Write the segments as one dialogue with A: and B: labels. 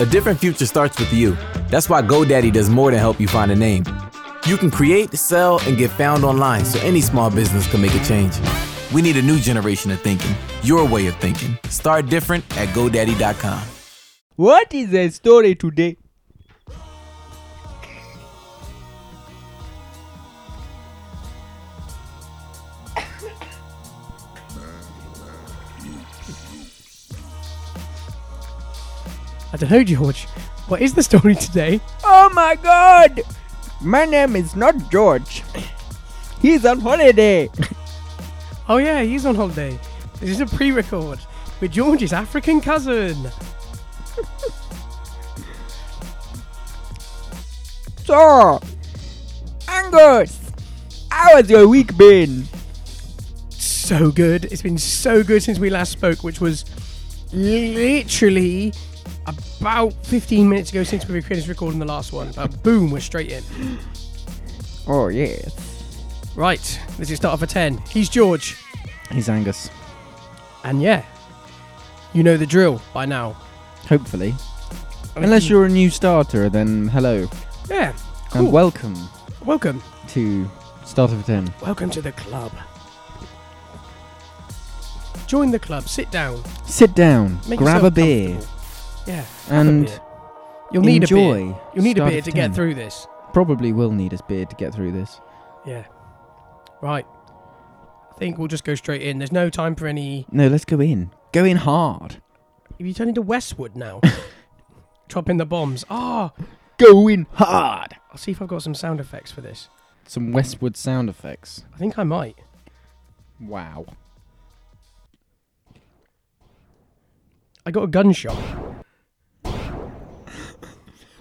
A: A different future starts with you. That's why GoDaddy does more than help you find a name. You can create, sell, and get found online so any small business can make a change. We need a new generation of thinking, your way of thinking. Start different at GoDaddy.com.
B: What is the story today?
C: I don't know, George. What is the story today?
B: Oh my god! My name is not George. He's on holiday.
C: Oh yeah, he's on holiday. This is a pre-record with George's African cousin.
B: So, Angus, how has your week been?
C: So good. It's been so good since we last spoke, which was literally about 15 minutes ago since we were finished recording the last one. But boom, we're straight in.
B: Oh yes.
C: Right, this is start off a 10. He's George.
D: He's Angus.
C: And yeah, you know the drill by now.
D: Hopefully. Unless you're a new starter, then hello
C: Yeah, cool.
D: and welcome
C: welcome.
D: to Start of 10.
C: Welcome to the club. Join the club. Sit down.
D: Sit down,
C: Make
D: grab
C: yourself
D: a beer,
C: comfortable. Yeah. have a
D: and
C: beer. You'll need a beer.
D: enjoy.
C: You'll need a
D: Start
C: beer
D: of
C: to get
D: 10.
C: through this.
D: Probably will need a beer to get through this.
C: Yeah. Right. I think we'll just go straight in. There's no time for any.
D: No, let's go in. Go in hard.
C: If you turn into Westwood now, dropping the bombs. Ah,
D: Go in hard.
C: I'll see if I've got some sound effects for this.
D: Some Westwood sound effects.
C: I think I might.
D: Wow.
C: I got a gunshot.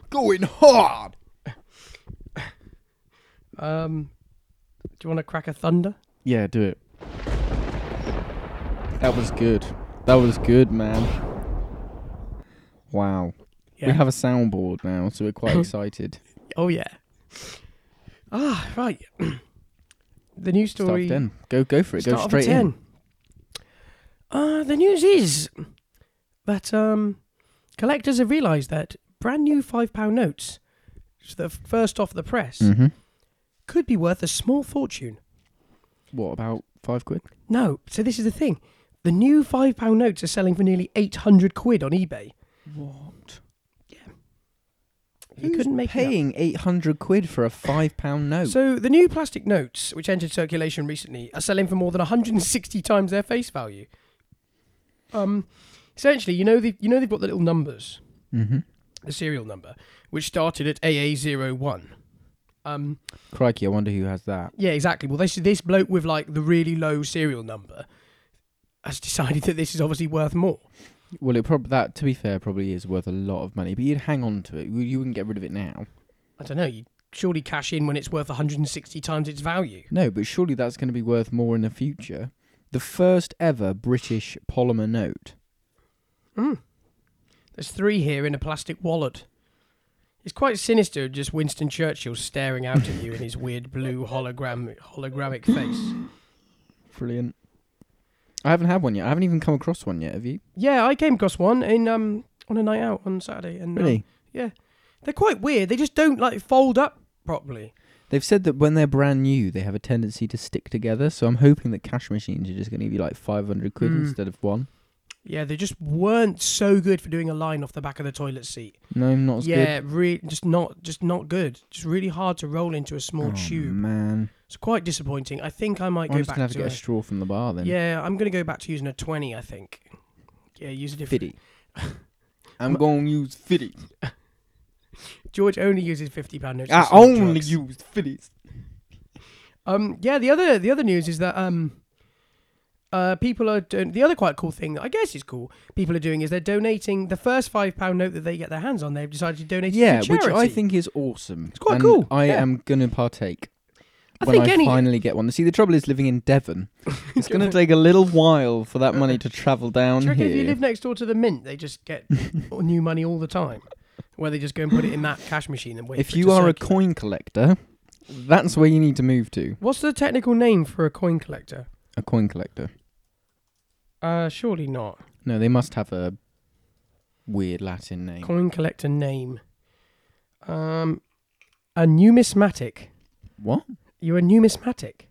D: Going hard.
C: Um, do you want to crack a thunder?
D: Yeah, do it. That was good. That was good, man. Wow.
C: Yeah.
D: We have a soundboard now, so we're quite excited.
C: Oh yeah. Ah, right. the news
D: Start
C: story.
D: of 10. Go go for it.
C: Start
D: go
C: of
D: straight
C: 10.
D: in.
C: Uh, the news is that um, collectors have realised that brand new five pound notes, so the first off the press,
D: Mhm.
C: could be worth a small fortune.
D: What about 5 quid?
C: No, so this is the thing: the new five pound notes are selling for nearly eight hundred quid on eBay.
D: What?
C: You couldn't make it up.
D: paying 800 quid for a 5 pound note.
C: So the new plastic notes, which entered circulation recently, are selling for more than 160 times their face value. Um, essentially, you know the you know they've got the little numbers,
D: mhm.
C: the serial number, which started at AA01. Um,
D: Crikey, I wonder who has that.
C: yeah, exactly. Well, this this bloke with like the really low serial number has decided that this is obviously worth more.
D: Well, it prob- that to be fair probably is worth a lot of money, but you'd hang on to it. You- You wouldn't get rid of it now.
C: I don't know. You surely cash in when it's worth 160 times its value.
D: No, but surely that's going to be worth more in the future. The first ever British polymer note.
C: There's three here in a plastic wallet. It's quite sinister, just Winston Churchill staring out at you in his weird blue hologram hologramic face.
D: Brilliant. I haven't had one yet. I haven't even come across one yet. Have you?
C: Yeah, I came across one in um on a night out on Saturday, and um,
D: Really?
C: they're quite weird. They just don't like fold up properly.
D: They've said that when they're brand new, they have a tendency to stick together. So I'm hoping that cash machines are just going to give you like 500 quid
C: Mm.
D: instead of one.
C: Yeah, they just weren't so good for doing a line off the back of the toilet seat.
D: No, not as good.
C: yeah, really, just not, just not good. Just really hard to roll into a small
D: Oh,
C: tube.
D: man.
C: It's quite disappointing. I think I might go
D: I'm just
C: back
D: going to have to get
C: a-
D: a straw from the bar then.
C: yeah, I'm gonna go back to using a twenty. I think. Yeah, use a different.
D: Fitty. I'm going to use fitty.
C: George only uses fifty pound notes.
D: I
C: to sell
D: Ah, only
C: drugs.
D: use fitties.
C: Um, yeah. The other the other news is that um, uh, people are doing the other quite cool thing that I guess is cool. People are doing is they're donating the first five pound note that they get their hands on. They've decided to donate. it
D: Yeah,
C: to
D: which I
C: charity.
D: think is awesome. It's
C: quite cool,
D: I
C: yeah.
D: am going to partake.
C: I
D: when
C: think
D: I
C: any-
D: finally get one. See, the trouble is living in Devon. It's going to take a little while for that money to travel
C: Do you
D: down
C: reckon
D: here.
C: if you live next door to the mint, they just get new money all the time, where they just go and put it in that cash machine and wait.
D: if
C: for it
D: you
C: to
D: are a
C: circulate.
D: coin collector, that's where you need to move to.
C: what's the technical name for a coin collector?
D: A coin collector.
C: Uh, surely not.
D: No, they must have a Weird Latin name.
C: Coin collector name. Um, a numismatic.
D: What?
C: You're a numismatic.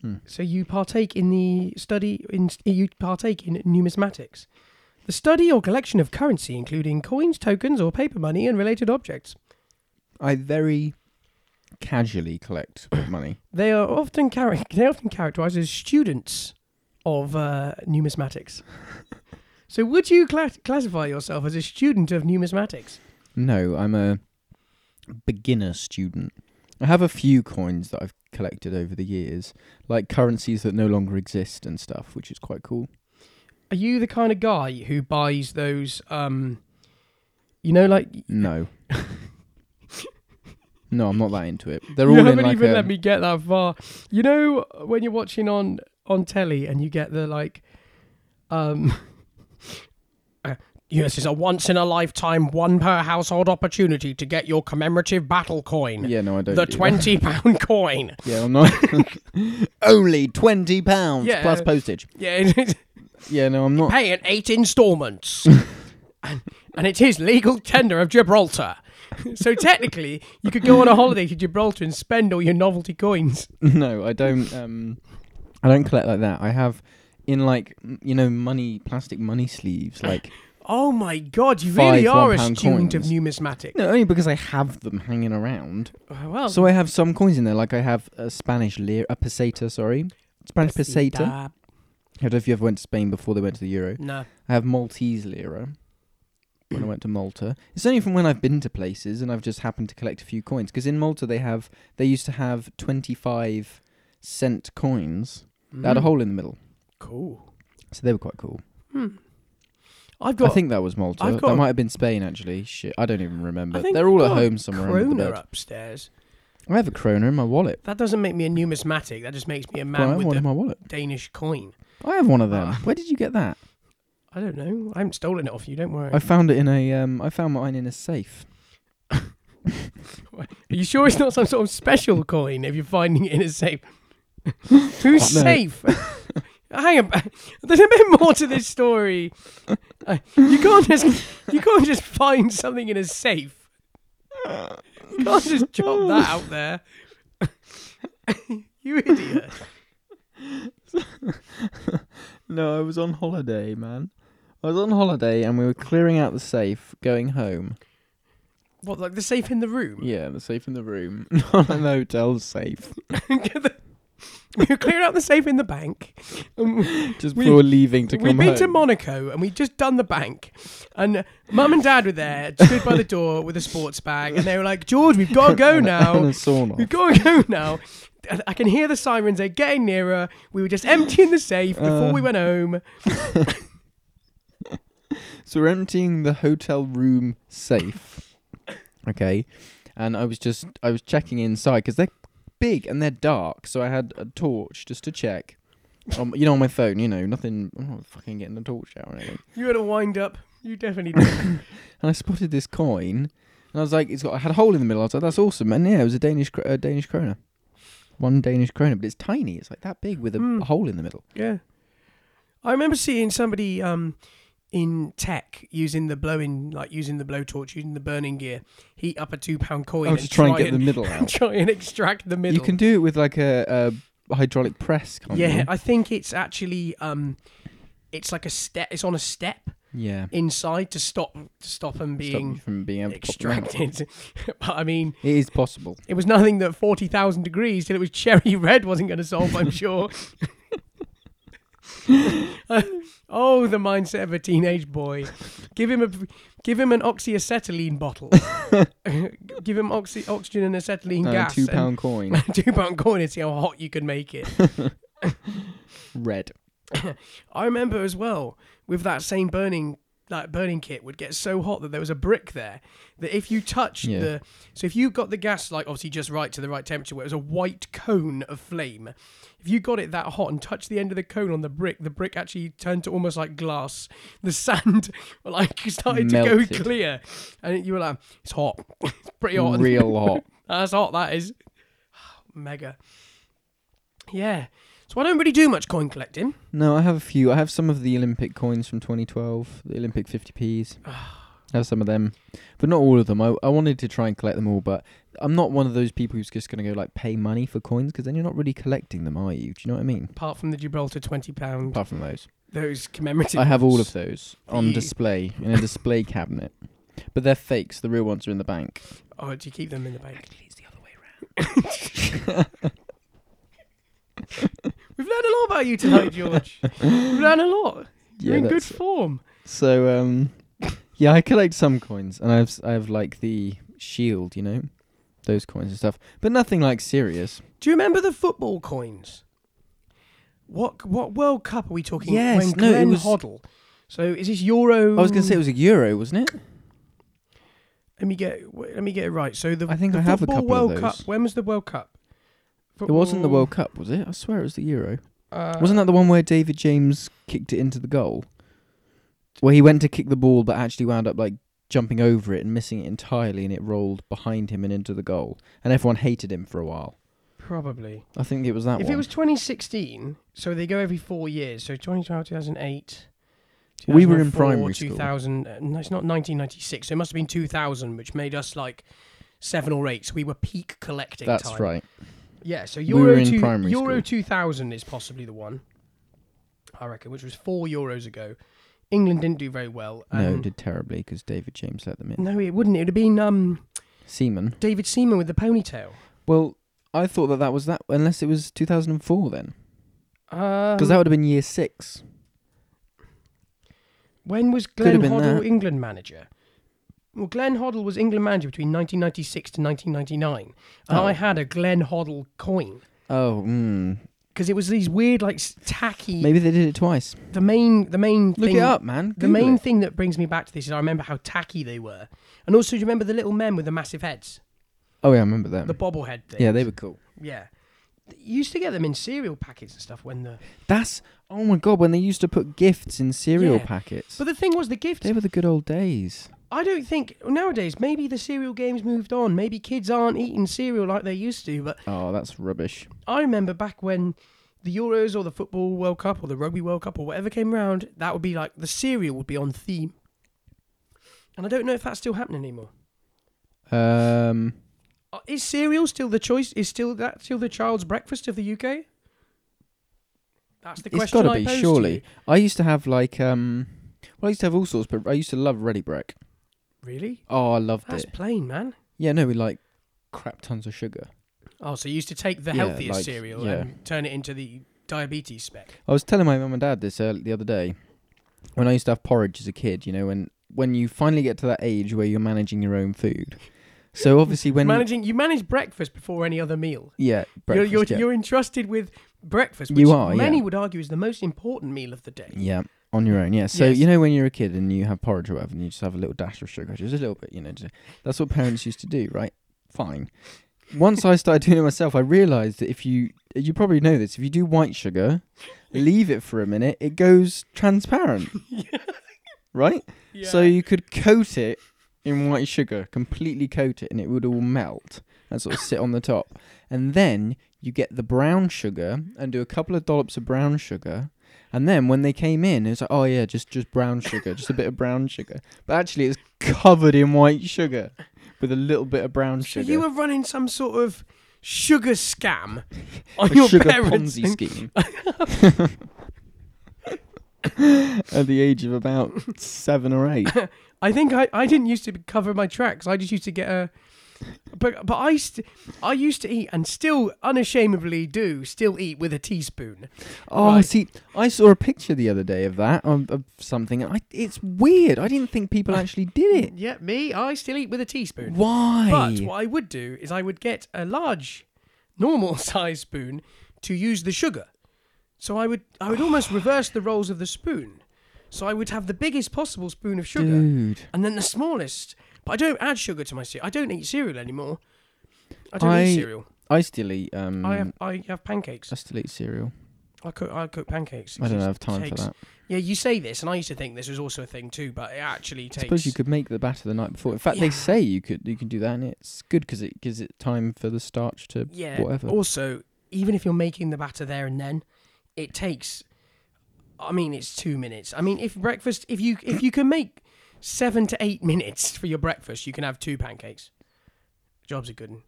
D: Hmm.
C: So you partake in the study in you partake in numismatics. The study or collection of currency, including coins, tokens, or paper money and related objects.
D: I very casually collect money.
C: They are often char- they are often characterized as students of uh, numismatics. so would you cla- classify yourself as a student of numismatics?
D: No, I'm a beginner student. I have a few coins that I've collected over the years, like currencies that no longer exist and stuff, which is quite cool.
C: Are you the kind of guy who buys those um you know like
D: No. no, I'm not that into it. They're
C: you
D: all in
C: haven't
D: like um,
C: even
D: a,
C: let me get that far. You know when you're watching on on telly and you get the like, um, uh, yes, it's a once in a lifetime, one per household opportunity to get your commemorative battle coin,
D: Yeah, no, I don't.
C: the
D: do that.
C: twenty pound coin.
D: Yeah, I'm not. Only twenty pounds
C: Yeah.
D: plus postage.
C: Yeah,
D: Yeah, no, I'm not.
C: pay in eight instalments. And- And it is legal tender of Gibraltar. So technically, you could go on a holiday to Gibraltar and spend all your novelty coins.
D: No, I don't. Um, I don't collect like that. I have in like m- you know money plastic money sleeves. Like
C: Oh my god, you
D: Five
C: really are a
D: £1
C: student of
D: coins.
C: numismatic.
D: no, only because I have them hanging around.
C: Uh, Well,
D: So I have some coins in there. Like I have a Spanish lira, a peseta. Sorry, Spanish peseta.
C: Pesita.
D: I don't know if you ever went to Spain before they went to the euro.
C: No.
D: I have Maltese lira. When I went to Malta, it's only from when I've been to places and I've just happened to collect a few coins. Because in Malta, they have they used to have twenty five cent coins that had a
C: Mm.
D: hole in the middle,
C: Cool.
D: so they were quite cool.
C: Hmm. I've got.
D: I think that was Malta.
C: I've got
D: that
C: a-
D: might have been Spain, actually. Shit, I don't even remember.
C: I think
D: They're
C: I've
D: all
C: got
D: at
C: a
D: home somewhere. under the
C: Kroner
D: bed.
C: upstairs.
D: I have a kroner in my wallet.
C: That doesn't make me a numismatic. That just makes me a
D: Well, I
C: man
D: have
C: with
D: one
C: a
D: in my wallet.
C: Danish coin.
D: I have one of them.
C: Ah.
D: Where did you get that?
C: I don't know. I haven't stolen it off you. Don't worry.
D: I found it in a. Um, I found mine in a safe.
C: Are you sure it's not some sort of special coin? If you're finding it in a safe, who's
D: Oh, No.
C: safe? Hang on. There's a bit more to this story. Uh, you can't just you can't just find something in a safe. You can't just chop that out there. you idiot.
D: No, I was on holiday, man. I was on holiday and we were clearing out the safe, going home.
C: What, like the safe in the room?
D: Yeah, the safe in the room, not an hotel safe.
C: we were clearing out the safe in the bank. Um, And
D: Just
C: We-
D: before leaving to
C: we'd
D: come
C: been
D: home.
C: to Monaco and we'd just done the bank. And mum and dad were there, stood by the door with a sports bag. And they were like, George, we've got to go
D: And a- and a
C: now.
D: sauna.
C: We've got to go now. And I can hear the sirens. They're getting nearer. We were just emptying the safe before
D: Uh.
C: we went home.
D: So we're emptying the hotel room safe. okay. And I was just I was checking inside because they're big and they're dark, so I had a torch just to check. Um, you know, on my phone, you know, nothing. I'm not fucking getting a torch out or anything.
C: You had a wind up. You definitely did.
D: And I spotted this coin, and I was like, "It's got." I had a hole in the middle. I was like, "That's awesome!" And yeah, it was a Danish kro- a Danish krona, one Danish krona, but it's tiny. It's like that big with a,
C: Mm.
D: a hole in the middle.
C: yeah. I remember seeing somebody um, in tech using the blowing, like using the blowtorch, using the burning gear, heat up a two pound coin
D: I was
C: and
D: just trying to
C: try
D: get the middle
C: and
D: out.
C: try and extract the middle.
D: You can do it with like a, a hydraulic press. Can't
C: yeah,
D: you?
C: I think it's actually um, it's like a step. It's on a step
D: yeah.
C: inside to stop to stop them
D: Stop
C: being
D: you from being able to pop them out.
C: extracted. but I mean,
D: It is possible.
C: it was nothing that forty thousand degrees till it was cherry red wasn't going to solve. I'm sure. oh, the mindset of a teenage boy. Give him a, give him an oxyacetylene bottle. give him oxy, oxygen and acetylene
D: Uh,
C: gas.
D: two
C: and-
D: pound coin,
C: two pound coin and see how hot you can make it.
D: red.
C: I remember as well with that same burning like burning kit would get so hot that there was a brick there that if you touched
D: Yeah.
C: the so if you got the gas like obviously just right to the right temperature where it was a white cone of flame if you got it that hot and touched the end of the cone on the brick the brick actually turned to almost like glass the sand like started to
D: Melted.
C: go clear and you were like it's hot it's pretty hot
D: Real hot.
C: that's hot that is mega yeah that's So I don't really do much coin collecting.
D: No, I have a few. I have some of the Olympic coins from 2012, the Olympic 50p's.
C: Ah.
D: I have some of them, but not all of them. I, I wanted to try and collect them all, but I'm not one of those people who's just going to go like pay money for coins because then you're not really collecting them, are you? Do you know what I mean?
C: Apart from the Gibraltar twenty pound,
D: Apart from those,
C: those commemorative.
D: I have all
C: ones.
D: of those on
C: Yeah.
D: display in a display cabinet, but they're fakes. The real ones are in the bank.
C: Oh, do you keep them in the bank? Actually, it's the other way around. We've learned a lot about you tonight, George. We've learned a lot. You're in good
D: that's-
C: form.
D: So um, yeah, I collect some coins, and I have s- I have like the shield, you know, those coins and stuff, but nothing like serious.
C: Do you remember the football coins? What what World Cup are we talking?
D: Yes,
C: when
D: no, it
C: Glenn
D: was-
C: Hoddle. So is this Euro?
D: I was going to say it was a euro, wasn't it?
C: Let me get wait, let me get it right. So the
D: I think
C: the
D: I have a
C: football
D: couple of
C: World
D: those.
C: Cup. When was the World Cup?
D: It wasn't the
C: Football-
D: World Cup, was it? I swear it was the Euro.
C: Uh,
D: wasn't that the one where David James kicked it into the goal? Where he went to kick the ball but actually wound up like jumping over it and missing it entirely and it rolled behind him and into the goal. And everyone hated him for a while.
C: probably?
D: I think it was that
C: if
D: one.
C: it was 2016, so they go every four years. So 2012, 2008.
D: We were in
C: 2004,
D: primary school.
C: 2000, uh, No, it's not 1996. So it must have been 2000, which made us like seven or eight. So we were peak collecting.
D: That's
C: time.
D: right.
C: Yeah. So
D: were
C: Euro
D: in
C: two,
D: primary
C: Euro
D: school.
C: 2000 is possibly the one. I reckon, which was four euros ago. England didn't do very well.
D: no,
C: um,
D: it did terribly because David James let them in.
C: no, it wouldn't. It would have been um,
D: Seaman.
C: David Seaman with the ponytail.
D: Well, I thought that that was that, unless it was 2004 then.
C: Um,
D: Because that would have been year six.
C: When was
D: have
C: Glenn
D: been
C: Hoddle
D: that.
C: England manager? Well, Glenn Hoddle was England manager between 1996 to 1999, and
D: Oh.
C: I had a Glenn Hoddle coin
D: Oh, mm.
C: because it was these weird, like s- tacky.
D: maybe they did it twice.
C: The main, the main
D: Look
C: thing,
D: it up, man.
C: The
D: Google
C: main
D: it.
C: thing that brings me back to this is I remember how tacky they were, and also do you remember the little men with the massive heads,
D: Oh yeah, I remember them.
C: the bobblehead thing?
D: yeah, they were cool.
C: yeah. You used to get them in cereal packets and stuff when the.
D: That's oh my god, when they used to put gifts in cereal
C: Yeah,
D: packets.
C: But the thing was, the gift
D: they were the good old days.
C: I don't think nowadays. Maybe the cereal game's moved on. Maybe kids aren't eating cereal like they used to. But
D: Oh, that's rubbish.
C: I remember back when the Euros or the football World Cup or the rugby World Cup or whatever came round, that would be like the cereal would be on theme. And I don't know if that's still happening anymore.
D: Um,
C: Uh, Is cereal still the choice? Is still that still the child's breakfast of the UK? That's the
D: it's
C: question.
D: got to
C: I
D: be
C: posed to
D: surely.
C: you.
D: I used to have like um, well, I used to have all sorts, but I used to love Ready Break.
C: Really?
D: Oh, I loved
C: That's
D: it.
C: plain, man.
D: Yeah, no, we like crap tons of sugar.
C: Oh, so you used to take the
D: Yeah,
C: healthiest
D: like-
C: cereal
D: yeah.
C: and turn it into the diabetes spec.
D: I was telling my mum and dad this early, the other day when I used to have porridge as a kid. You know, when when you finally get to that age where you're managing your own food. So obviously when
C: managing you manage breakfast before any other meal.
D: yeah, breakfast,
C: you're, you're,
D: yeah.
C: you're entrusted with breakfast, which
D: You are,
C: many
D: yeah.
C: would argue is the most important meal of the day.
D: Yeah, on your own. Yeah. So
C: Yes.
D: you know when you're a kid and you have porridge or whatever, and you just have a little dash of sugar, just a little bit. You know, just, that's what parents used to do, right? Fine. Once I started doing it myself, I realised that if you you probably know this, if you do white sugar, leave it for a minute, it goes transparent, right? So you could coat it in white sugar, completely coat it, and it would all melt and sort of sit on the top. And then you get the brown sugar and do a couple of dollops of brown sugar. And then when they came in, it was like, oh yeah, just just brown sugar, just a bit of brown sugar. But actually, it's covered in white sugar with a little bit of brown
C: So
D: sugar.
C: you were running some sort of sugar scam on
D: a
C: your
D: sugar
C: parents.
D: Ponzi scheme. At the age of about seven or eight.
C: I think I, I didn't used to cover my tracks. I just used to get a. But but I st- I used to eat and still unashamedly do still eat with a teaspoon.
D: Oh,
C: Right.
D: see, I saw a picture the other day of that of, of something. and I, it's weird. I didn't think people actually did it.
C: Yeah, me I still eat with a teaspoon.
D: Why?
C: But what I would do is I would get a large, normal size spoon to use the sugar. So I would I would almost reverse the roles of the spoon. So I would have the biggest possible spoon of sugar
D: Dude,
C: and then the smallest. But I don't add sugar to my cereal. I don't eat cereal anymore. I don't
D: I-
C: eat cereal.
D: I still eat. Um,
C: I
D: I,
C: have I have pancakes.
D: still eat cereal.
C: I cook I cook pancakes. It
D: I don't
C: just
D: have time
C: takes-
D: for that.
C: Yeah, you say this, and I used to think this was also a thing too, but it actually
D: I
C: takes.
D: suppose you could make the batter the night before. In fact,
C: Yeah.
D: they say you could you can do that, and it's good because it gives it time for the starch to
C: Yeah.
D: whatever.
C: Also, even if you're making the batter there and then, it takes. I mean, it's two minutes. I mean, if breakfast, if you if you can make seven to eight minutes for your breakfast, you can have two pancakes. Jobs are good. 'un.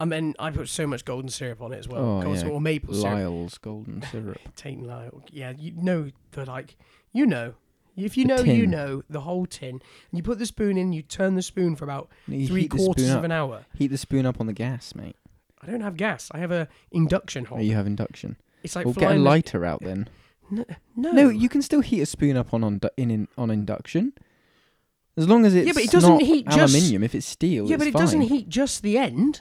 C: And then I put so much golden syrup on it as well,
D: Oh,
C: golden
D: yeah.
C: syrup or maple syrup.
D: Lyle's golden syrup.
C: Tate and Lyle. Yeah, you know the like. You know, if you
D: The
C: know, you
D: tin.
C: know the whole tin. And you put the spoon in. You turn the spoon for about
D: No, you
C: three
D: heat the spoon
C: quarters of
D: up.
C: an hour.
D: Heat the spoon up on the gas, mate.
C: I don't have gas. I have a induction
D: Oh,
C: hob.
D: you have induction.
C: It's like
D: Well, get a
C: flying. the-
D: lighter out then.
C: no,
D: No, you can still heat a spoon up on on in, in on induction, as long as it's
C: but it doesn't
D: not
C: heat just-
D: aluminium. If it's steel,
C: yeah, but it
D: it's
C: doesn't
D: fine.
C: heat just the end.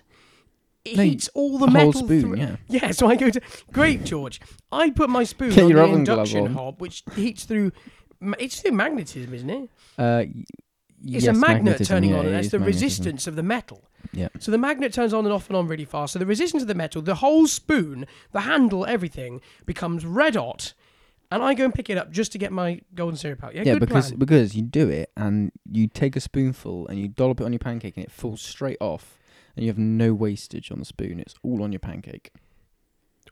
C: It
D: No, you-
C: heats all the,
D: the whole
C: metal.
D: spoon,
C: through-
D: yeah.
C: yeah, so I go to great George. I put my spoon
D: Get
C: on
D: your
C: the
D: oven glove
C: induction
D: on.
C: hob, which heats through. ma- It's through magnetism, isn't it?
D: Uh, y-
C: It's
D: yes,
C: a magnet
D: magnetism,
C: turning
D: yeah,
C: on,
D: it
C: and that's
D: is
C: the
D: magnetism.
C: resistance of the metal.
D: Yeah.
C: So the magnet turns on and off and on really fast. So the resistance of the metal, the whole spoon, the handle, everything becomes red hot. And I go and pick it up just to get my golden syrup out. Yeah,
D: Yeah,
C: good
D: because
C: plan.
D: because you do it and you take a spoonful and you dollop it on your pancake and it falls straight off and you have no wastage on the spoon. It's all on your pancake.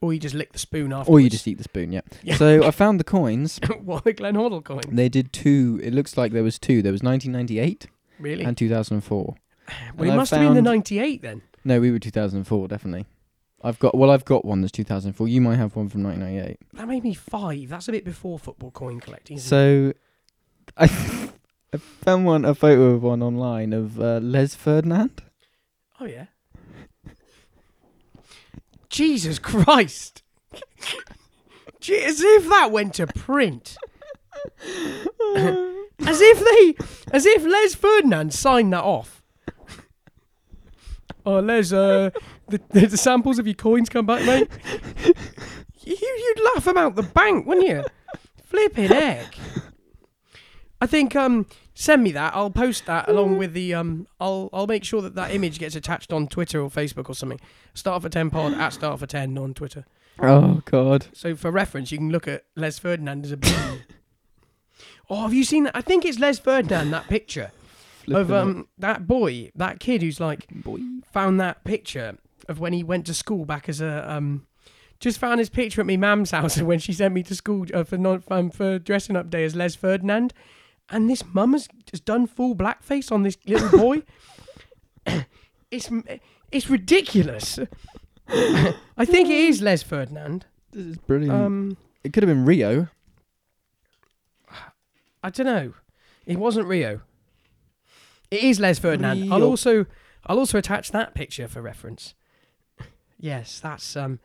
C: Or you just lick the spoon after.
D: Or you just eat the spoon, yeah.
C: Yeah.
D: So I found the coins.
C: what the Glenn Hoddle coin?
D: They did two. It looks like there was two. There was 1998
C: Really?
D: and 2004.
C: well,
D: and
C: it
D: I
C: must have been the
D: found-
C: '98 then.
D: No, we were 2004 definitely. I've got well, I've got one that's 2004. You might have one from 1998.
C: That made me five. That's a bit before football coin collecting. isn't it?
D: So I I found one a photo of one online of uh, Les Ferdinand.
C: oh yeah. Jesus Christ! Gee, As if that went to print. as if they, as if Les Ferdinand signed that off. Oh, Les, uh, the, the, the samples of your coins come back, mate. You, you'd laugh 'em out the bank, wouldn't you? Flipping heck. I think um, send me that. I'll post that along with the um. I'll I'll make sure that that image gets attached on Twitter or Facebook or something. Start for ten pod at start for ten on Twitter.
D: Oh God.
C: So for reference, you can look at Les Ferdinand as a balloon. oh, have you seen that? I think it's Les Ferdinand that picture of
D: Flippin'
C: um that boy, that kid who's like
D: it, boy.
C: found that picture of when he went to school back as a um. Just found his picture at my mam's house when she sent me to school uh, for non um, for dressing up day as Les Ferdinand, and this mum has just done full blackface on this little boy. it's it's ridiculous. I think it is Les Ferdinand.
D: This is brilliant.
C: Um,
D: it could have been Rio.
C: I don't know. It wasn't Rio. It is Les Ferdinand. I'll
D: Rio.
C: also I'll also attach that picture for reference. Yes, that's um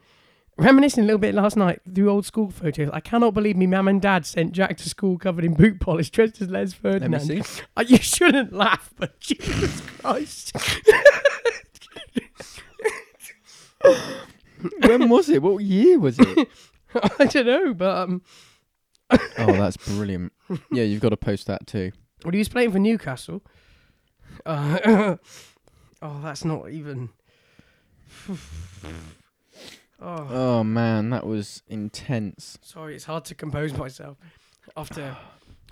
C: reminiscing a little bit last night through old school photos. I cannot believe me mum and dad sent Jack to school covered in boot polish dressed as Les
D: Let me
C: Ferdinand.
D: see.
C: Uh, You shouldn't laugh, but Jesus Christ.
D: when was it? What year was it?
C: I don't know, but um
D: oh, that's brilliant. Yeah, you've got to post that too.
C: Well, he was playing for Newcastle. Uh, oh, that's not even. oh,
D: Oh man, that was intense.
C: sorry, it's hard to compose myself after.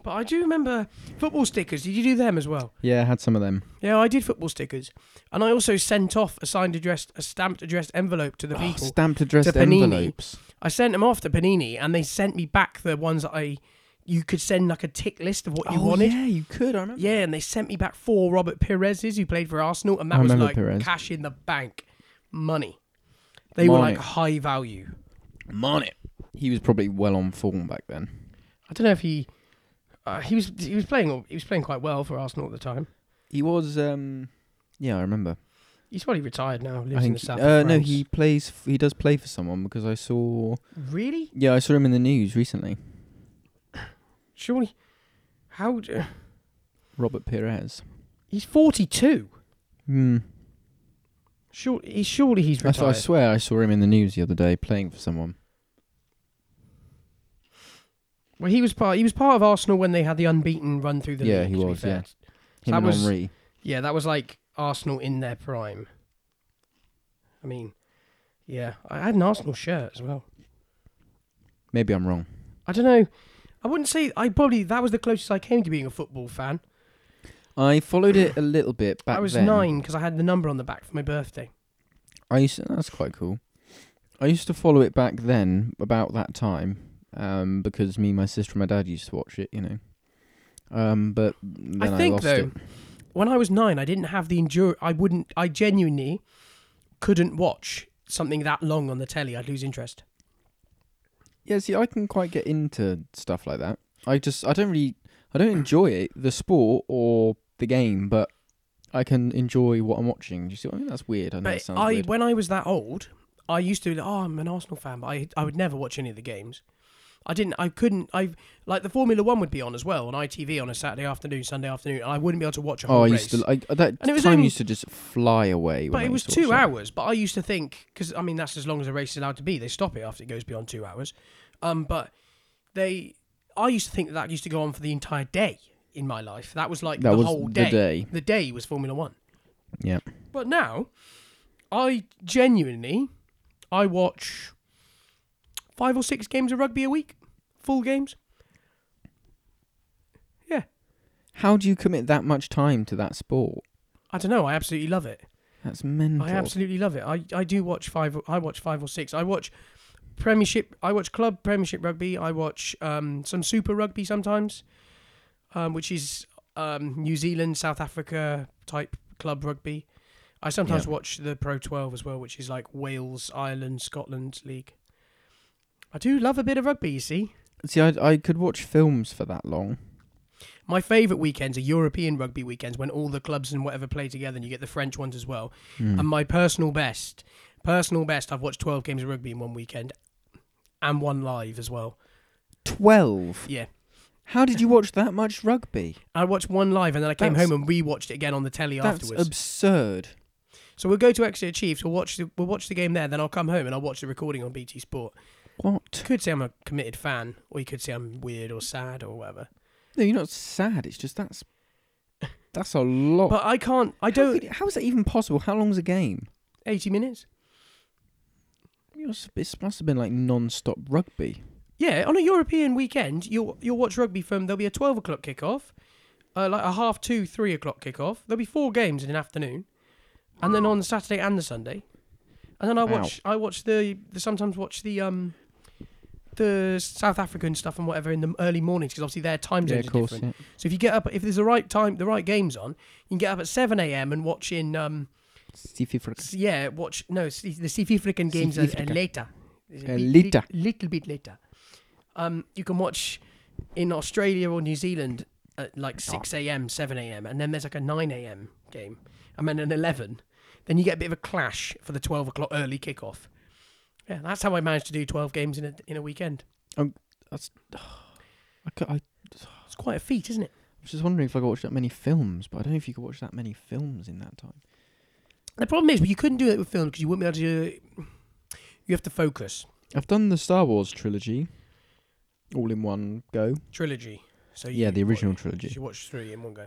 C: But I do remember football stickers. Did you do them as well?
D: Yeah, I had some of them.
C: Yeah, I did football stickers, and I also sent off a signed addressed, a stamped addressed envelope to the
D: Oh,
C: people.
D: stamped addressed
C: To Panini.
D: envelopes.
C: I sent them off to Panini, and they sent me back the ones that I. You could send like a tick list of what you
D: oh,
C: wanted.
D: Yeah, you could. I remember.
C: Yeah, and they sent me back four Robert Perez's who played for Arsenal, and
D: I
C: that was
D: remember
C: like
D: Perez.
C: cash in the bank money. They were
D: Money.
C: like high value.
D: Mon it. He was probably well on form back then.
C: I don't know if he uh, he was he was playing he was playing quite well for Arsenal at the time.
D: He was. um Yeah, I remember.
C: He's probably retired now, lives
D: I
C: in the
D: think. he-
C: south.
D: uh,
C: of
D: no,
C: France.
D: he plays. f- He does play for someone because I saw.
C: really
D: Yeah, I saw him in the news recently.
C: surely how d-
D: Robert Perez.
C: he's forty two.
D: Hmm.
C: Sure, he, surely he's
D: I, saw, I
C: retired.
D: swear I saw him in the news the other day playing for someone.
C: well, he was part he was part of Arsenal when they had the unbeaten run through the
D: Yeah,
C: league,
D: he
C: to be
D: was,
C: fair.
D: yeah.
C: So
D: Him
C: that
D: and
C: was-
D: Henri.
C: Yeah, that was like Arsenal in their prime. I mean, yeah, I had an Arsenal shirt as well.
D: Maybe I'm wrong.
C: I don't know. I wouldn't say I probably that was the closest I came to being a football fan.
D: I followed it a little bit back
C: I was
D: then.
C: nine because I had the number on the back for my birthday.
D: I used to, that's quite cool. I used to follow it back then, about that time, um, because me, my sister, and my dad used to watch it. You know, um, but then I,
C: I think
D: lost
C: though,
D: it.
C: when I was nine, I didn't have the endure. I wouldn't. I genuinely couldn't watch something that long on the telly. I'd lose interest.
D: Yeah, see, I can quite get into stuff like that. I just, I don't really, I don't enjoy it, the sport or the game, but I can enjoy what I'm watching. Do you see what I mean? That's weird. I know it
C: But
D: sounds
C: I,
D: weird.
C: when I was that old, I used to. be like, Oh, I'm an Arsenal fan, but I, I would never watch any of the games. I didn't. I couldn't. I like the Formula One would be on as well on ITV on a Saturday afternoon, Sunday afternoon, and I wouldn't be able to watch a whole
D: Oh, I
C: race.
D: used to, I, that
C: And it was
D: time
C: only-
D: used to just fly away. when
C: but
D: I
C: it was
D: used to watch
C: two
D: that.
C: hours. But I used to think because I mean that's as long as a race is allowed to be. They stop it after it goes beyond two hours. Um, but they, I used to think that, that used to go on for the entire day in my life. That was like
D: That
C: the
D: was
C: whole
D: the
C: day.
D: day.
C: The day was Formula One.
D: Yeah.
C: But now, I genuinely, I watch five or six games of rugby a week, full games. Yeah,
D: How do you commit that much time to that sport?
C: I don't know. I absolutely love it.
D: That's mental.
C: I absolutely love it. I, I do watch five. I watch five or six. I watch Premiership. I watch club Premiership rugby. I watch um, some Super Rugby sometimes, um, which is um, New Zealand, South Africa type club rugby. I sometimes
D: Yeah.
C: watch the Pro 12 as well, which is like Wales, Ireland, Scotland league. I do love a bit of rugby. You see,
D: See, I, I could watch films for that long.
C: my favourite weekends are European rugby weekends when all the clubs and whatever play together, and you get the French ones as well.
D: Hmm.
C: And my personal best, personal best, I've watched 12 games of rugby in one weekend and one live as well.
D: Twelve.
C: Yeah.
D: How did you watch that much rugby?
C: I watched one live and then I came
D: That's-
C: home and rewatched it again on the telly
D: That's
C: afterwards.
D: absurd.
C: so we'll go to Exeter Chiefs, we'll watch, the, we'll watch the game there, then I'll come home and I'll watch the recording on BT Sport.
D: What?
C: Could say I'm a committed fan, or you could say I'm weird or sad or whatever.
D: No, you're not sad. It's just that's that's a lot.
C: But I can't, I
D: Oh. How,
C: don't.
D: could- how is that even possible? How long's a game?
C: 80 minutes?
D: It must it must have been like non-stop rugby.
C: Yeah, on a European weekend, you'll you'll watch rugby from there'll be a twelve o'clock kickoff, uh, like a half two, three o'clock kickoff. There'll be four games in an afternoon, and then on the Saturday and the Sunday, and then I
D: Ow.
C: watch I watch the, the sometimes watch the um the South African stuff and whatever in the early mornings because obviously their time zones are different. So if you get up if there's the right time the right games on, you can get up at seven a.m. and watch in um s- yeah watch no s- the South African games are, are
D: Africa.
C: later. Is it
D: Uh,
C: bit-
D: later.
C: lit- little bit later. Um, you can watch in Australia or New Zealand at like 6 a.m., 7 a.m., and then there's like a 9 a.m. game, and then an 11. Then you get a bit of a clash for the 12 o'clock early kickoff. Yeah, that's how I managed to do 12 games in a, in a weekend.
D: I, cou- I was
C: It's quite a feat, isn't it?
D: just wondering if I could watch that many films, but I don't know if you could watch that many films in that time.
C: The problem is, you couldn't do it with film because you wouldn't be able to do You have to focus.
D: I've done the Star Wars trilogy, all in one go.
C: Trilogy. So
D: Yeah, the
C: wa-
D: original trilogy.
C: You watch three in one go.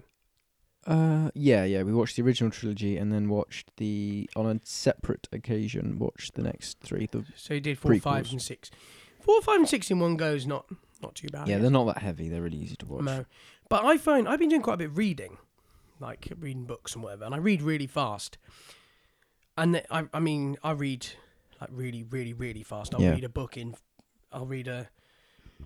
D: Uh, yeah, yeah. We watched the original trilogy and then watched the on a separate occasion watched the next three. The,
C: So you did four, five,
D: Prequels.
C: and six. Four, five, and six in one go is not, not too bad.
D: yeah, they're not that heavy. They're really easy to watch.
C: No, but I find I've been doing quite a bit of reading, like reading books and whatever, and I read really fast. And th- I, I mean, I read like really, really, really fast. I'll
D: Yeah.
C: read a book in, I'll read a,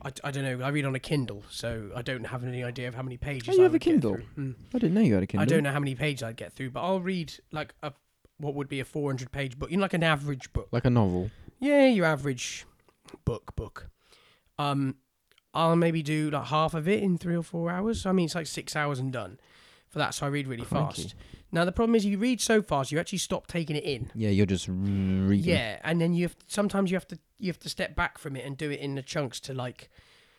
C: I, I don't know, I read on a Kindle, so I don't have any idea of how many pages.
D: Oh, you
C: I
D: have a
C: would get
D: Kindle?
C: through. Mm.
D: I didn't know you had a Kindle.
C: I don't know how many pages I'd get through, but I'll read like a what would be a four hundred page book, you know, like an average book
D: Like a novel.
C: yeah, your average book book. Um, I'll maybe do like half of it in three or four hours. I mean, it's like six hours and done for that. So I read really
D: Crikey.
C: fast. Now the problem is, you read so fast, you actually stop taking it in.
D: Yeah, you're just reading.
C: Yeah, and then you have sometimes you have to you have to step back from it and do it in the chunks to like.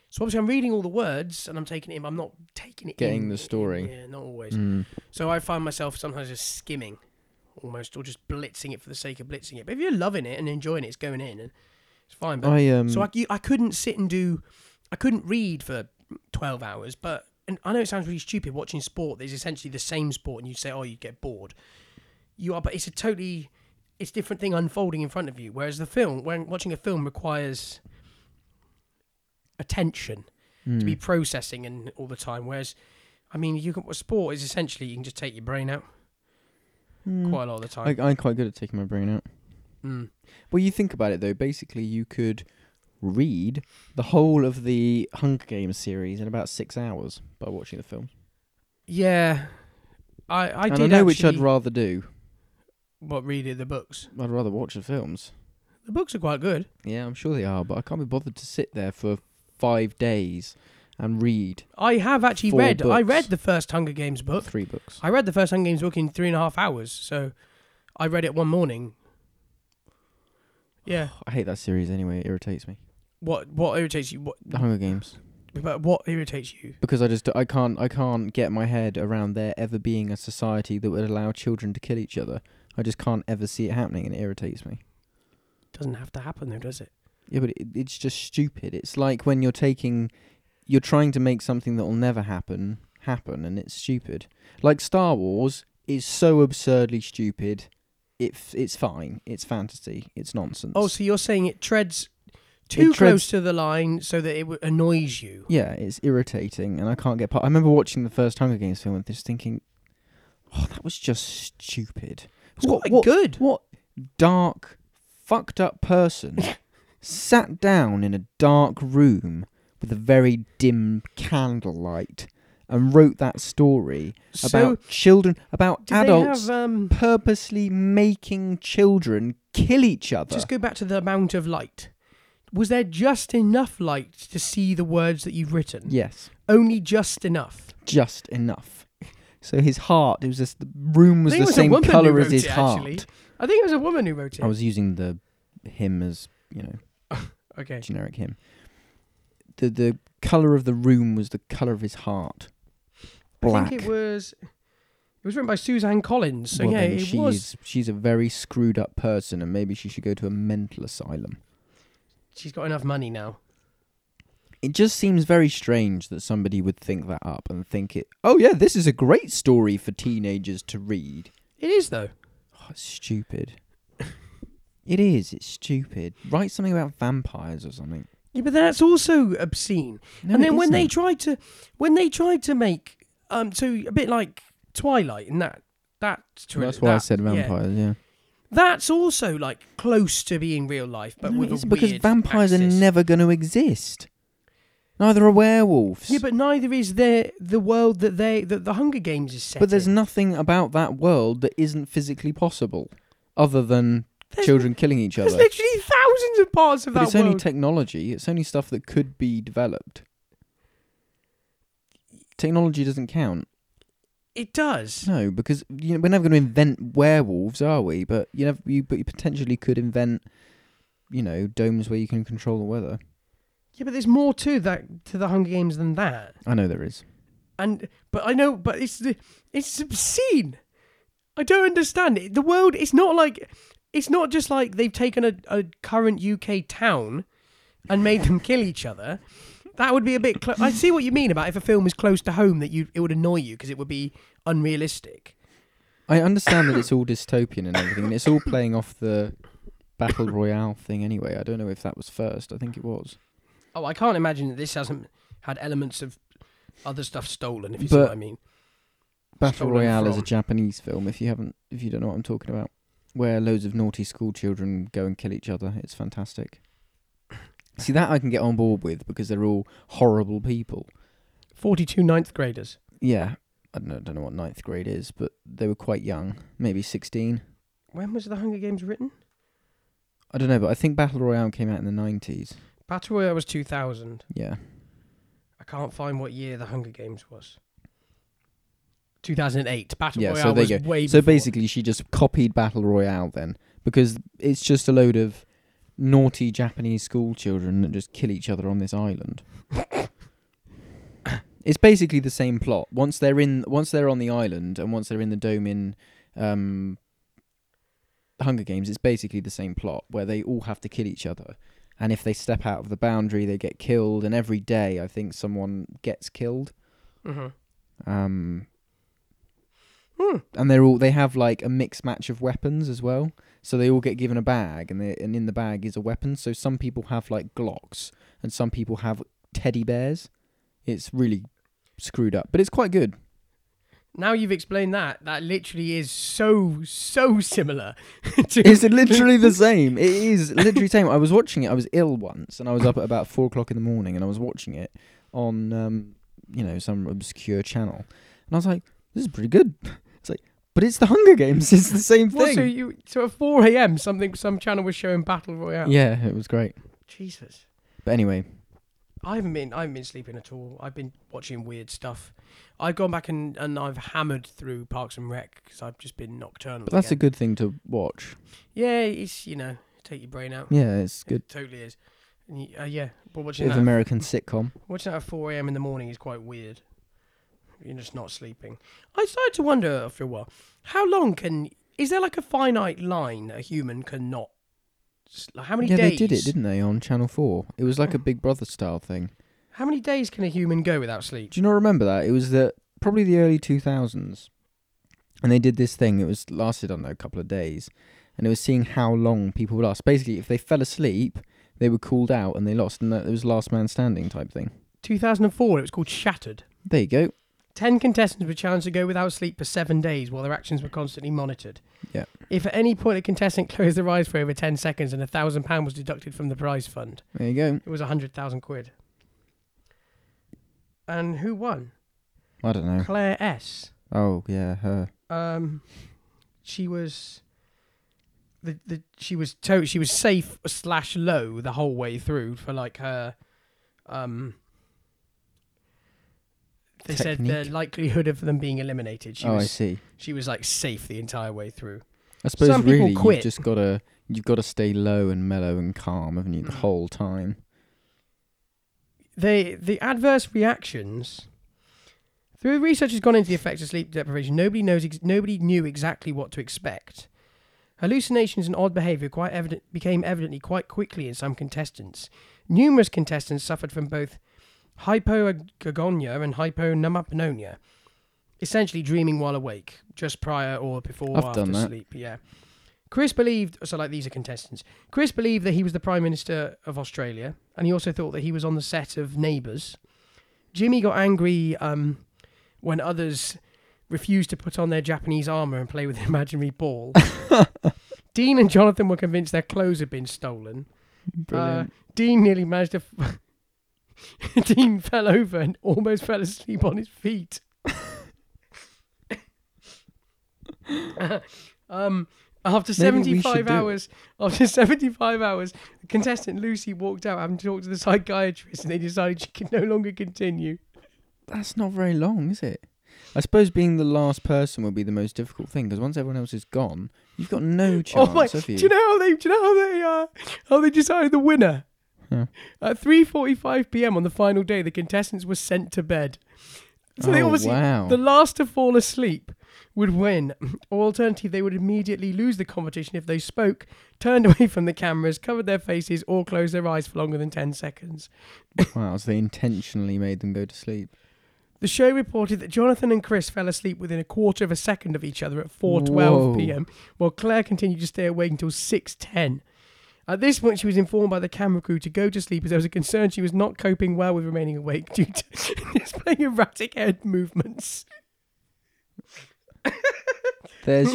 C: So obviously, I'm reading all the words and I'm taking it. in, but I'm not taking it.
D: Getting
C: in.
D: the story.
C: Yeah, not always.
D: Mm.
C: So I find myself sometimes just skimming, almost, or just blitzing it for the sake of blitzing it. But if you're loving it and enjoying it, it's going in, and it's fine. But
D: I um.
C: so I, you- I couldn't sit and do, I couldn't read for 12 hours, but and I know it sounds really stupid watching sport that is essentially the same sport and you say, oh, you get bored. You are, but it's a totally, it's a different thing unfolding in front of you. Whereas the film, when watching a film requires attention to
D: Hmm.
C: be processing and all the time. Whereas, I mean, you can, sport is essentially, you can just take your brain out
D: mm,
C: quite a lot of the time.
D: I, I'm quite good at taking my brain out.
C: Mm.
D: Well, you think about it though. Basically, you could read the whole of the Hunger Games series in about six hours by watching the film.
C: Yeah, I I
D: and
C: did
D: I know
C: actually.
D: which I'd rather do.
C: what read it, the books?
D: I'd rather watch the films.
C: The books are quite good.
D: Yeah, I'm sure they are, but I can't be bothered to sit there for five days and read
C: I have actually
D: Four
C: read. I
D: books.
C: read the first Hunger Games book.
D: three books.
C: I read the first Hunger Games book in three and a half hours. So I read it one morning. Yeah.
D: I hate that series anyway. It irritates me.
C: What what irritates you? What
D: The Hunger Games
C: but what irritates you?
D: because I just I can't I can't get my head around there ever being a society that would allow children to kill each other. I just can't ever see it happening, and it irritates me.
C: Doesn't have to happen though, does it?
D: Yeah, but it, it's just stupid. It's like when you're taking, you're trying to make something that will never happen happen, and it's stupid. Like Star Wars is so absurdly stupid. It f- it's fine. It's fantasy. It's nonsense.
C: Oh, so you're saying it treads too
D: treads-
C: close to the line so that it w- annoys you.
D: yeah, it's irritating, and I can't get. Part- I remember watching the first Hunger Games film and just thinking, "Oh, that was just stupid."
C: It's
D: What-
C: quite
D: what-
C: good.
D: What dark, fucked up person sat down in a dark room with a very dim candlelight and wrote that story
C: so
D: about children, about
C: do
D: adults
C: they have um?
D: purposely making children kill each other?
C: Just go back to the amount of light. Was there just enough light to see the words that you've written?
D: yes,
C: Only just enough.
D: just enough. So his heart, it was just, the room was
C: I think it
D: the
C: was a
D: same
C: woman who
D: colour
C: wrote
D: as his
C: it,
D: heart.
C: actually. I think it was a woman who wrote it.
D: I was using the him as, you know,
C: okay.
D: generic him. The the color of the room was the color of his heart. Black.
C: I think it was. It was written by Suzanne Collins. So
D: Well,
C: yeah,
D: then
C: it
D: she's
C: was.
D: she's a very screwed up person, and maybe she should go to a mental asylum.
C: She's got enough money now.
D: It just seems very strange that somebody would think that up and think it. Oh yeah, this is a great story for teenagers to read.
C: It is though.
D: Oh, it's stupid. it is. It's stupid. Write something about vampires or something.
C: Yeah, but that's also obscene.
D: No,
C: and
D: it
C: then when they
D: isn't.
C: tried to, when they tried to make, um, so a bit like Twilight and that, that. tril-
D: that's why I
C: that-
D: said
C: yeah.
D: vampires. Yeah.
C: That's also like close to being real life, but
D: No,
C: with
D: it
C: a
D: isn't, because
C: weird
D: vampires
C: axis.
D: are never going to exist. Neither are werewolves.
C: Yeah, but neither is there the world that they that the Hunger Games is set.
D: But there's
C: in.
D: nothing about that world that isn't physically possible, other than
C: There's-
D: children killing each
C: There's
D: other.
C: literally thousands of parts of
D: But
C: that
D: it's
C: world.
D: only technology. It's only stuff that could be developed. Technology doesn't count.
C: it does.
D: No, because you know, we're never going to invent werewolves, are we? But you never, you, but you potentially could invent, you know, domes where you can control the weather.
C: Yeah, but there's more to that to the Hunger Games than that.
D: I know there is.
C: And but I know, but it's it's obscene. I don't understand it. The world. It's not like it's not just like they've taken a, a current UK town and made them kill each other. That would be a bit. Clo- I see what you mean about if a film is close to home that you it would annoy you because it would be unrealistic.
D: I understand that it's all dystopian and everything, and it's all playing off the battle royale thing anyway. I don't know if that was first. I think it was.
C: Oh, I can't imagine that this hasn't had elements of other stuff stolen. If you see
D: But-
C: what I mean.
D: Battle
C: stolen
D: Royale is a
C: from.
D: Japanese film. If you haven't, if you don't know what I'm talking about, where loads of naughty school children go and kill each other, it's fantastic. See that I can get on board with because they're all horrible people.
C: Forty-two ninth graders.
D: Yeah, I don't know, don't know what ninth grade is, but they were quite young, maybe sixteen.
C: When was the Hunger Games written?
D: I don't know, but I think Battle Royale came out in the nineties.
C: Battle Royale was 2000.
D: Yeah,
C: I can't find what year the Hunger Games was. 2008. Battle
D: yeah.
C: Royale
D: So there
C: was
D: you go.
C: way
D: So
C: before.
D: basically, she just copied Battle Royale then because it's just a load of naughty Japanese school children that just kill each other on this island. it's basically the same plot. Once they're in, once they're on the island, and once they're in the dome in um, Hunger Games, it's basically the same plot where they all have to kill each other. And if they step out of the boundary, they get killed. And every day, I think someone gets killed.
C: Mhm.
D: Um,
C: Hmm.
D: And they're all they have like a mixed match of weapons as well. So they all get given a bag, and they, and in the bag is a weapon. So some people have like Glocks, and some people have teddy bears. It's really screwed up, but it's quite good.
C: Now you've explained that. That literally is so so similar. to,
D: It's literally the same. It is literally the same. I was watching it. I was ill once, and I was up at about four o'clock in the morning, and I was watching it on, um, you know, some obscure channel, and I was like, "This is pretty good." It's like, but it's the Hunger Games. It's the same
C: Well, so
D: thing.
C: you so at four a.m. something some channel was showing battle royale.
D: Yeah, it was great.
C: Jesus.
D: But anyway,
C: I haven't been I haven't been sleeping at all. I've been watching weird stuff. I've gone back and, and I've hammered through Parks and Rec because I've just been nocturnal.
D: but that's a
C: again.
D: good thing to watch.
C: yeah. It's you know take your brain out.
D: Yeah, it's good.
C: It totally is. And y- uh, yeah, but watching
D: Bit of
C: that,
D: American sitcom.
C: watching that at 4 a.m. in the morning is quite weird. You're just not sleeping. I started to wonder after a while, how long can is there like a finite line a human cannot? s- Like how many
D: Yeah,
C: days? Oh.
D: they did it, didn't they, on Channel Four? It was like a Big Brother style thing.
C: How many days can a human go without sleep?
D: Do you not remember that? It was the probably the early two thousands, and they did this thing. It was lasted I don't know a couple of days, and it was seeing how long people would last. Basically, if they fell asleep, they were called out and they lost, and that it was last man standing type thing.
C: 2004. It was called Shattered.
D: There you go.
C: Ten contestants were challenged to go without sleep for seven days while their actions were constantly monitored.
D: Yeah.
C: If at any point a contestant closed their eyes for over 10 seconds, and a thousand pound was deducted from the prize fund.
D: There you go.
C: It was a hundred thousand quid. And who won?
D: I don't know.
C: Claire S.
D: Oh yeah, her.
C: Um, she was the the she was to- she was safe slash low the whole way through for like her. Um, they said the
D: Technique?
C: likelihood of them being eliminated. She
D: oh, I
C: was
D: see.
C: she was like safe the entire way through.
D: I suppose
C: some people
D: really
C: quit.
D: you've just gotta you've gotta stay low and mellow and calm, haven't you, the
C: Mm.
D: whole time?
C: they the adverse reactions through research has gone into the effects of sleep deprivation nobody knows ex- nobody knew exactly what to expect hallucinations and odd behavior quite evident became evidently quite quickly in some contestants numerous contestants suffered from both hypoagonia and hyponamapnonia essentially dreaming while awake just prior or before or
D: I've
C: after
D: done that.
C: sleep yeah Chris believed, so like these are contestants. Chris believed that he was the Prime Minister of Australia, and he also thought that he was on the set of Neighbours. Jimmy got angry um, when others refused to put on their Japanese armour and play with the imaginary ball. Dean and Jonathan were convinced their clothes had been stolen. Uh,
D: Brilliant.
C: Dean nearly managed to. F- Dean fell over and almost fell asleep on his feet. um, after
D: Maybe we should
C: 75
D: do it.
C: hours, after 75 hours, contestant Lucy walked out having talked to the psychiatrist and they decided she could no longer continue.
D: That's not very long, is it? I suppose being the last person will be the most difficult thing because once everyone else is gone, you've got no chance
C: oh my!
D: have
C: Do
D: you?
C: you know how they? Do you know how they? Uh, how they decided the winner?
D: Yeah.
C: At 3:45 p.m. on the final day, the contestants were sent to bed. So they
D: Oh,
C: obviously
D: wow.
C: the last to fall asleep would win, or alternatively, they would immediately lose the competition if they spoke, turned away from the cameras, covered their faces, or closed their eyes for longer than 10 seconds.
D: Wow, so they intentionally made them go to sleep.
C: The show reported that Jonathan and Chris fell asleep within a quarter of a second of each other at 4:12
D: Whoa.
C: p.m., while Claire continued to stay awake until 6:10. At this point, she was informed by the camera crew to go to sleep as there was a concern she was not coping well with remaining awake due to displaying erratic head movements.
D: There's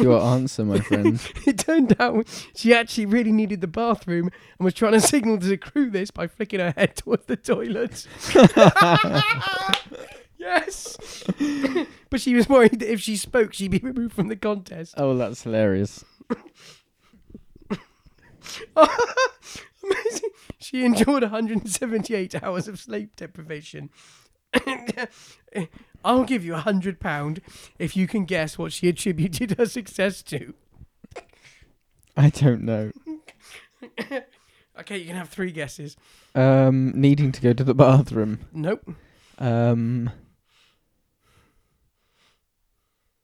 D: your answer, my friend.
C: It turned out she actually really needed the bathroom and was trying to signal to the crew this by flicking her head towards the toilet. yes! but she was worried that if she spoke, she'd be removed from the contest.
D: oh, that's hilarious.
C: Amazing. She endured 178 hours of sleep deprivation. I'll give you a hundred pound if you can guess what she attributed her success to.
D: I don't know.
C: Okay, you can have three guesses.
D: Um, needing to go to the bathroom.
C: Nope.
D: Um,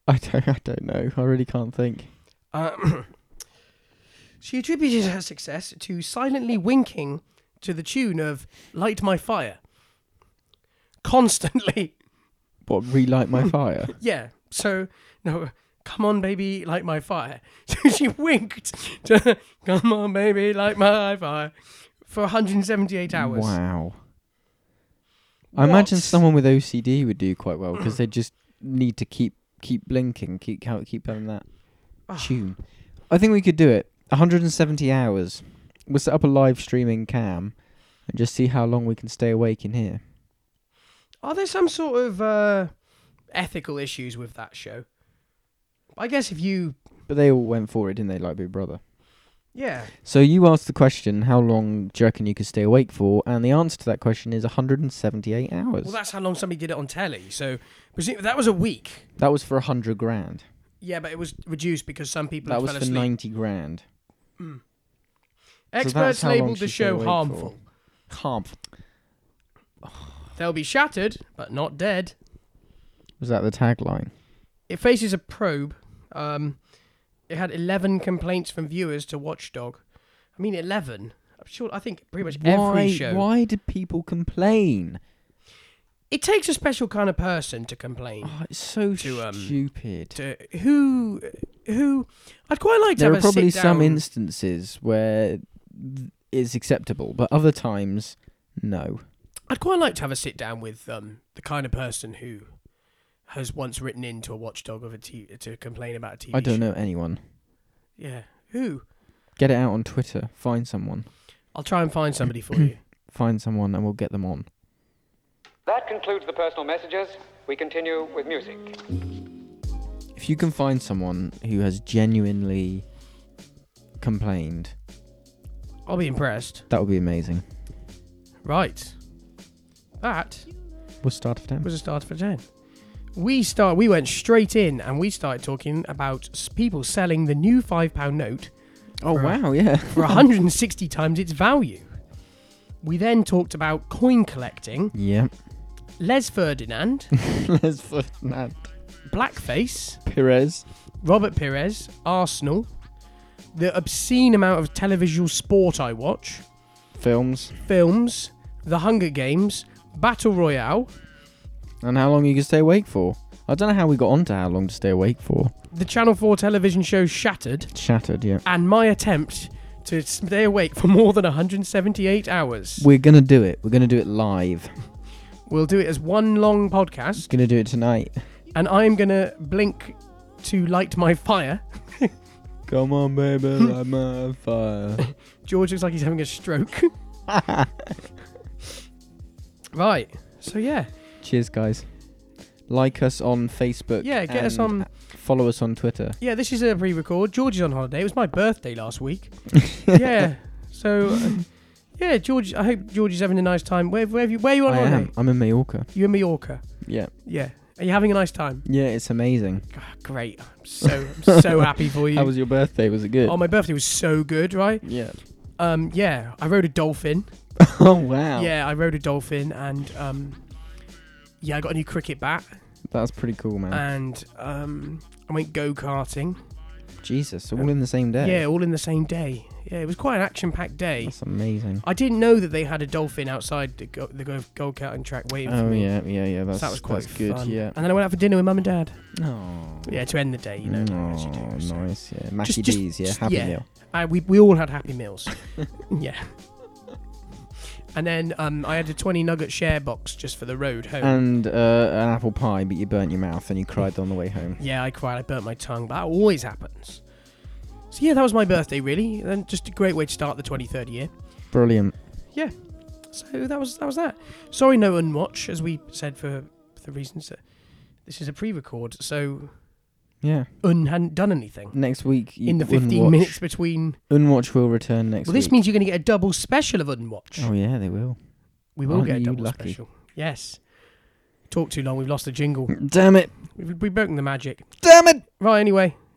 D: I don't. I don't know. I really can't think.
C: Uh, she attributed her success to silently winking to the tune of "Light My Fire" constantly.
D: What relight my fire?
C: Yeah. So no, come on, baby, light my fire. So she winked. To, come on, baby, light my fire. For 178 hours.
D: Wow. I
C: What?
D: imagine someone with OCD would do quite well because they just need to keep keep blinking, keep count, keep playing that
C: Ah.
D: tune. I think we could do it. 170 hours. We'll set up a live streaming cam and just see how long we can stay awake in here.
C: Are there some sort of uh, ethical issues with that show? I guess if you,
D: But they all went for it, didn't they? Like Big Brother.
C: yeah,
D: So you asked the question, how long do you reckon you could stay awake for? And the answer to that question is 178 hours.
C: well, that's how long somebody did it on telly. So presu- that was a week.
D: that was for 100 grand.
C: Yeah, but it was reduced because some people
D: That
C: had
D: was
C: fell
D: for
C: asleep.
D: 90 grand. that's
C: Experts
D: how long
C: labelled the
D: she stayed
C: show
D: awake
C: harmful.
D: Harp.
C: They'll be shattered, but not dead.
D: Was that the tagline?
C: It faces a probe. Um, it had 11 complaints from viewers to Watchdog. I mean, 11. I'm sure. I think pretty much every show.
D: Why did people complain?
C: It takes a special kind of person to complain.
D: Oh, it's so
C: Mm. To, um,
D: stupid.
C: To who? Who? I'd quite like to
D: there
C: have
D: are probably
C: a sit
D: some
C: down-
D: instances where th- it's acceptable, but other times, no.
C: I'd quite like to have a sit down with um, the kind of person who has once written into a watchdog of a t- to complain about a TV.
D: I don't
C: show.
D: know anyone.
C: Yeah, who?
D: Get it out on Twitter. Find someone.
C: I'll try and find somebody for you.
D: Find someone, and we'll get them on.
E: That concludes the personal messages. We continue with music.
D: If you can find someone who has genuinely complained,
C: I'll be impressed.
D: that would be amazing.
C: Right. That
D: We'll start of
C: was a start for ten. We start. We went straight in and we started talking about s- people selling the new five pound note
D: Oh
C: for-
D: wow, yeah.
C: for 160 times its value. We then talked about coin collecting,
D: Yep.
C: Les Ferdinand,
D: There's Ferdinand
C: blackface,
D: Perez.
C: Robert Perez, Arsenal, the obscene amount of televisual sport I watch,
D: Films.
C: films, The Hunger Games, Battle Royale,
D: And how long you can stay awake for. I don't know how we got on to how long to stay awake for.
C: the Channel 4 television show Shattered,
D: Shattered, yeah.
C: and my attempt to stay awake for more than 178 hours.
D: We're gonna do it. We're gonna do it live.
C: We'll do it as one long podcast,
D: Gonna do it tonight.
C: and I'm gonna blink to light my fire.
D: Come on, baby, light my fire.
C: George looks like he's having a stroke. right. So yeah,
D: Cheers, guys. Like us on Facebook.
C: yeah. Get us
D: and
C: on.
D: Follow us on Twitter.
C: Yeah, this is a pre-record. George is on holiday. It was my birthday last week. yeah. So uh, yeah, George. I hope George is having a nice time. Where where, have you, where are you on
D: I
C: holiday?
D: am. I'm in Mallorca.
C: You're in Mallorca.
D: Yeah.
C: Yeah. Are you having a nice time?
D: Yeah, it's amazing.
C: Ah, great. I'm so I'm so happy for you.
D: How was your birthday? Was it good?
C: oh, my birthday was so good, right?
D: yeah.
C: Um, yeah. I rode a dolphin.
D: oh wow.
C: Yeah, I rode a dolphin, and um, yeah, I got a new cricket bat.
D: That's pretty cool, man.
C: and um, I went go karting.
D: Jesus, all in the same day.
C: Yeah, all in the same day. Yeah, it was quite an action packed day.
D: That's amazing.
C: I didn't know that they had a dolphin outside the go, the go go karting track waiting for
D: Oh
C: me.
D: yeah, yeah, yeah.
C: So
D: That's
C: that was quite
D: that's good.
C: fun.
D: Yeah.
C: And then I went out for dinner with mum and dad.
D: Oh.
C: Yeah, to end the day, you know. as you do, so.
D: nice. Yeah. Mackie
C: just-
D: D's. Yeah.
C: just-
D: Happy
C: yeah.
D: meal.
C: I, we we all had happy meals. yeah. And then um, I had a twenty nugget share box just for the road home.
D: And uh, an apple pie, but you burnt your mouth and you cried on the way home.
C: Yeah, I cried. I burnt my tongue, but that always happens. So yeah, that was my birthday, really, and just a great way to start the 23rd year.
D: Brilliant.
C: So that was that was that. Sorry, no unwatch, as we said for, for the reasons that this is a pre-record, so
D: Yeah.
C: un hadn't done anything
D: Next week you
C: in the 15
D: Unwatch-
C: minutes between.
D: Unwatch will return next
C: Well, this
D: week.
C: means you're going to get a double special of unwatch.
D: Oh yeah, they will.
C: we will
D: aren't
C: get a
D: you
C: double
D: lucky?
C: special. Yes. Talk too long. We've lost the jingle.
D: Damn it!
C: We've, we've broken the magic.
D: Damn it!
C: Right. Anyway,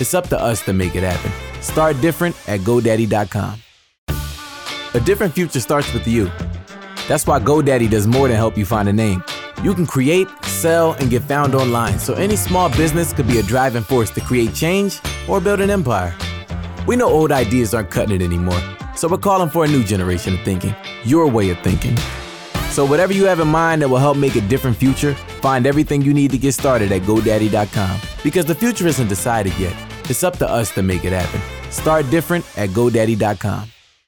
A: it's up to us to make it happen. Start different at GoDaddy.com. A different future starts with you. That's why GoDaddy does more than help you find a name. You can create, sell, and get found online so any small business could be a driving force to create change or build an empire. We know old ideas aren't cutting it anymore, so we're calling for a new generation of thinking, your way of thinking. So, whatever you have in mind that will help make a different future, find everything you need to get started at GoDaddy.com because the future isn't decided yet. It's up to us to make it happen. Start different at GoDaddy.com.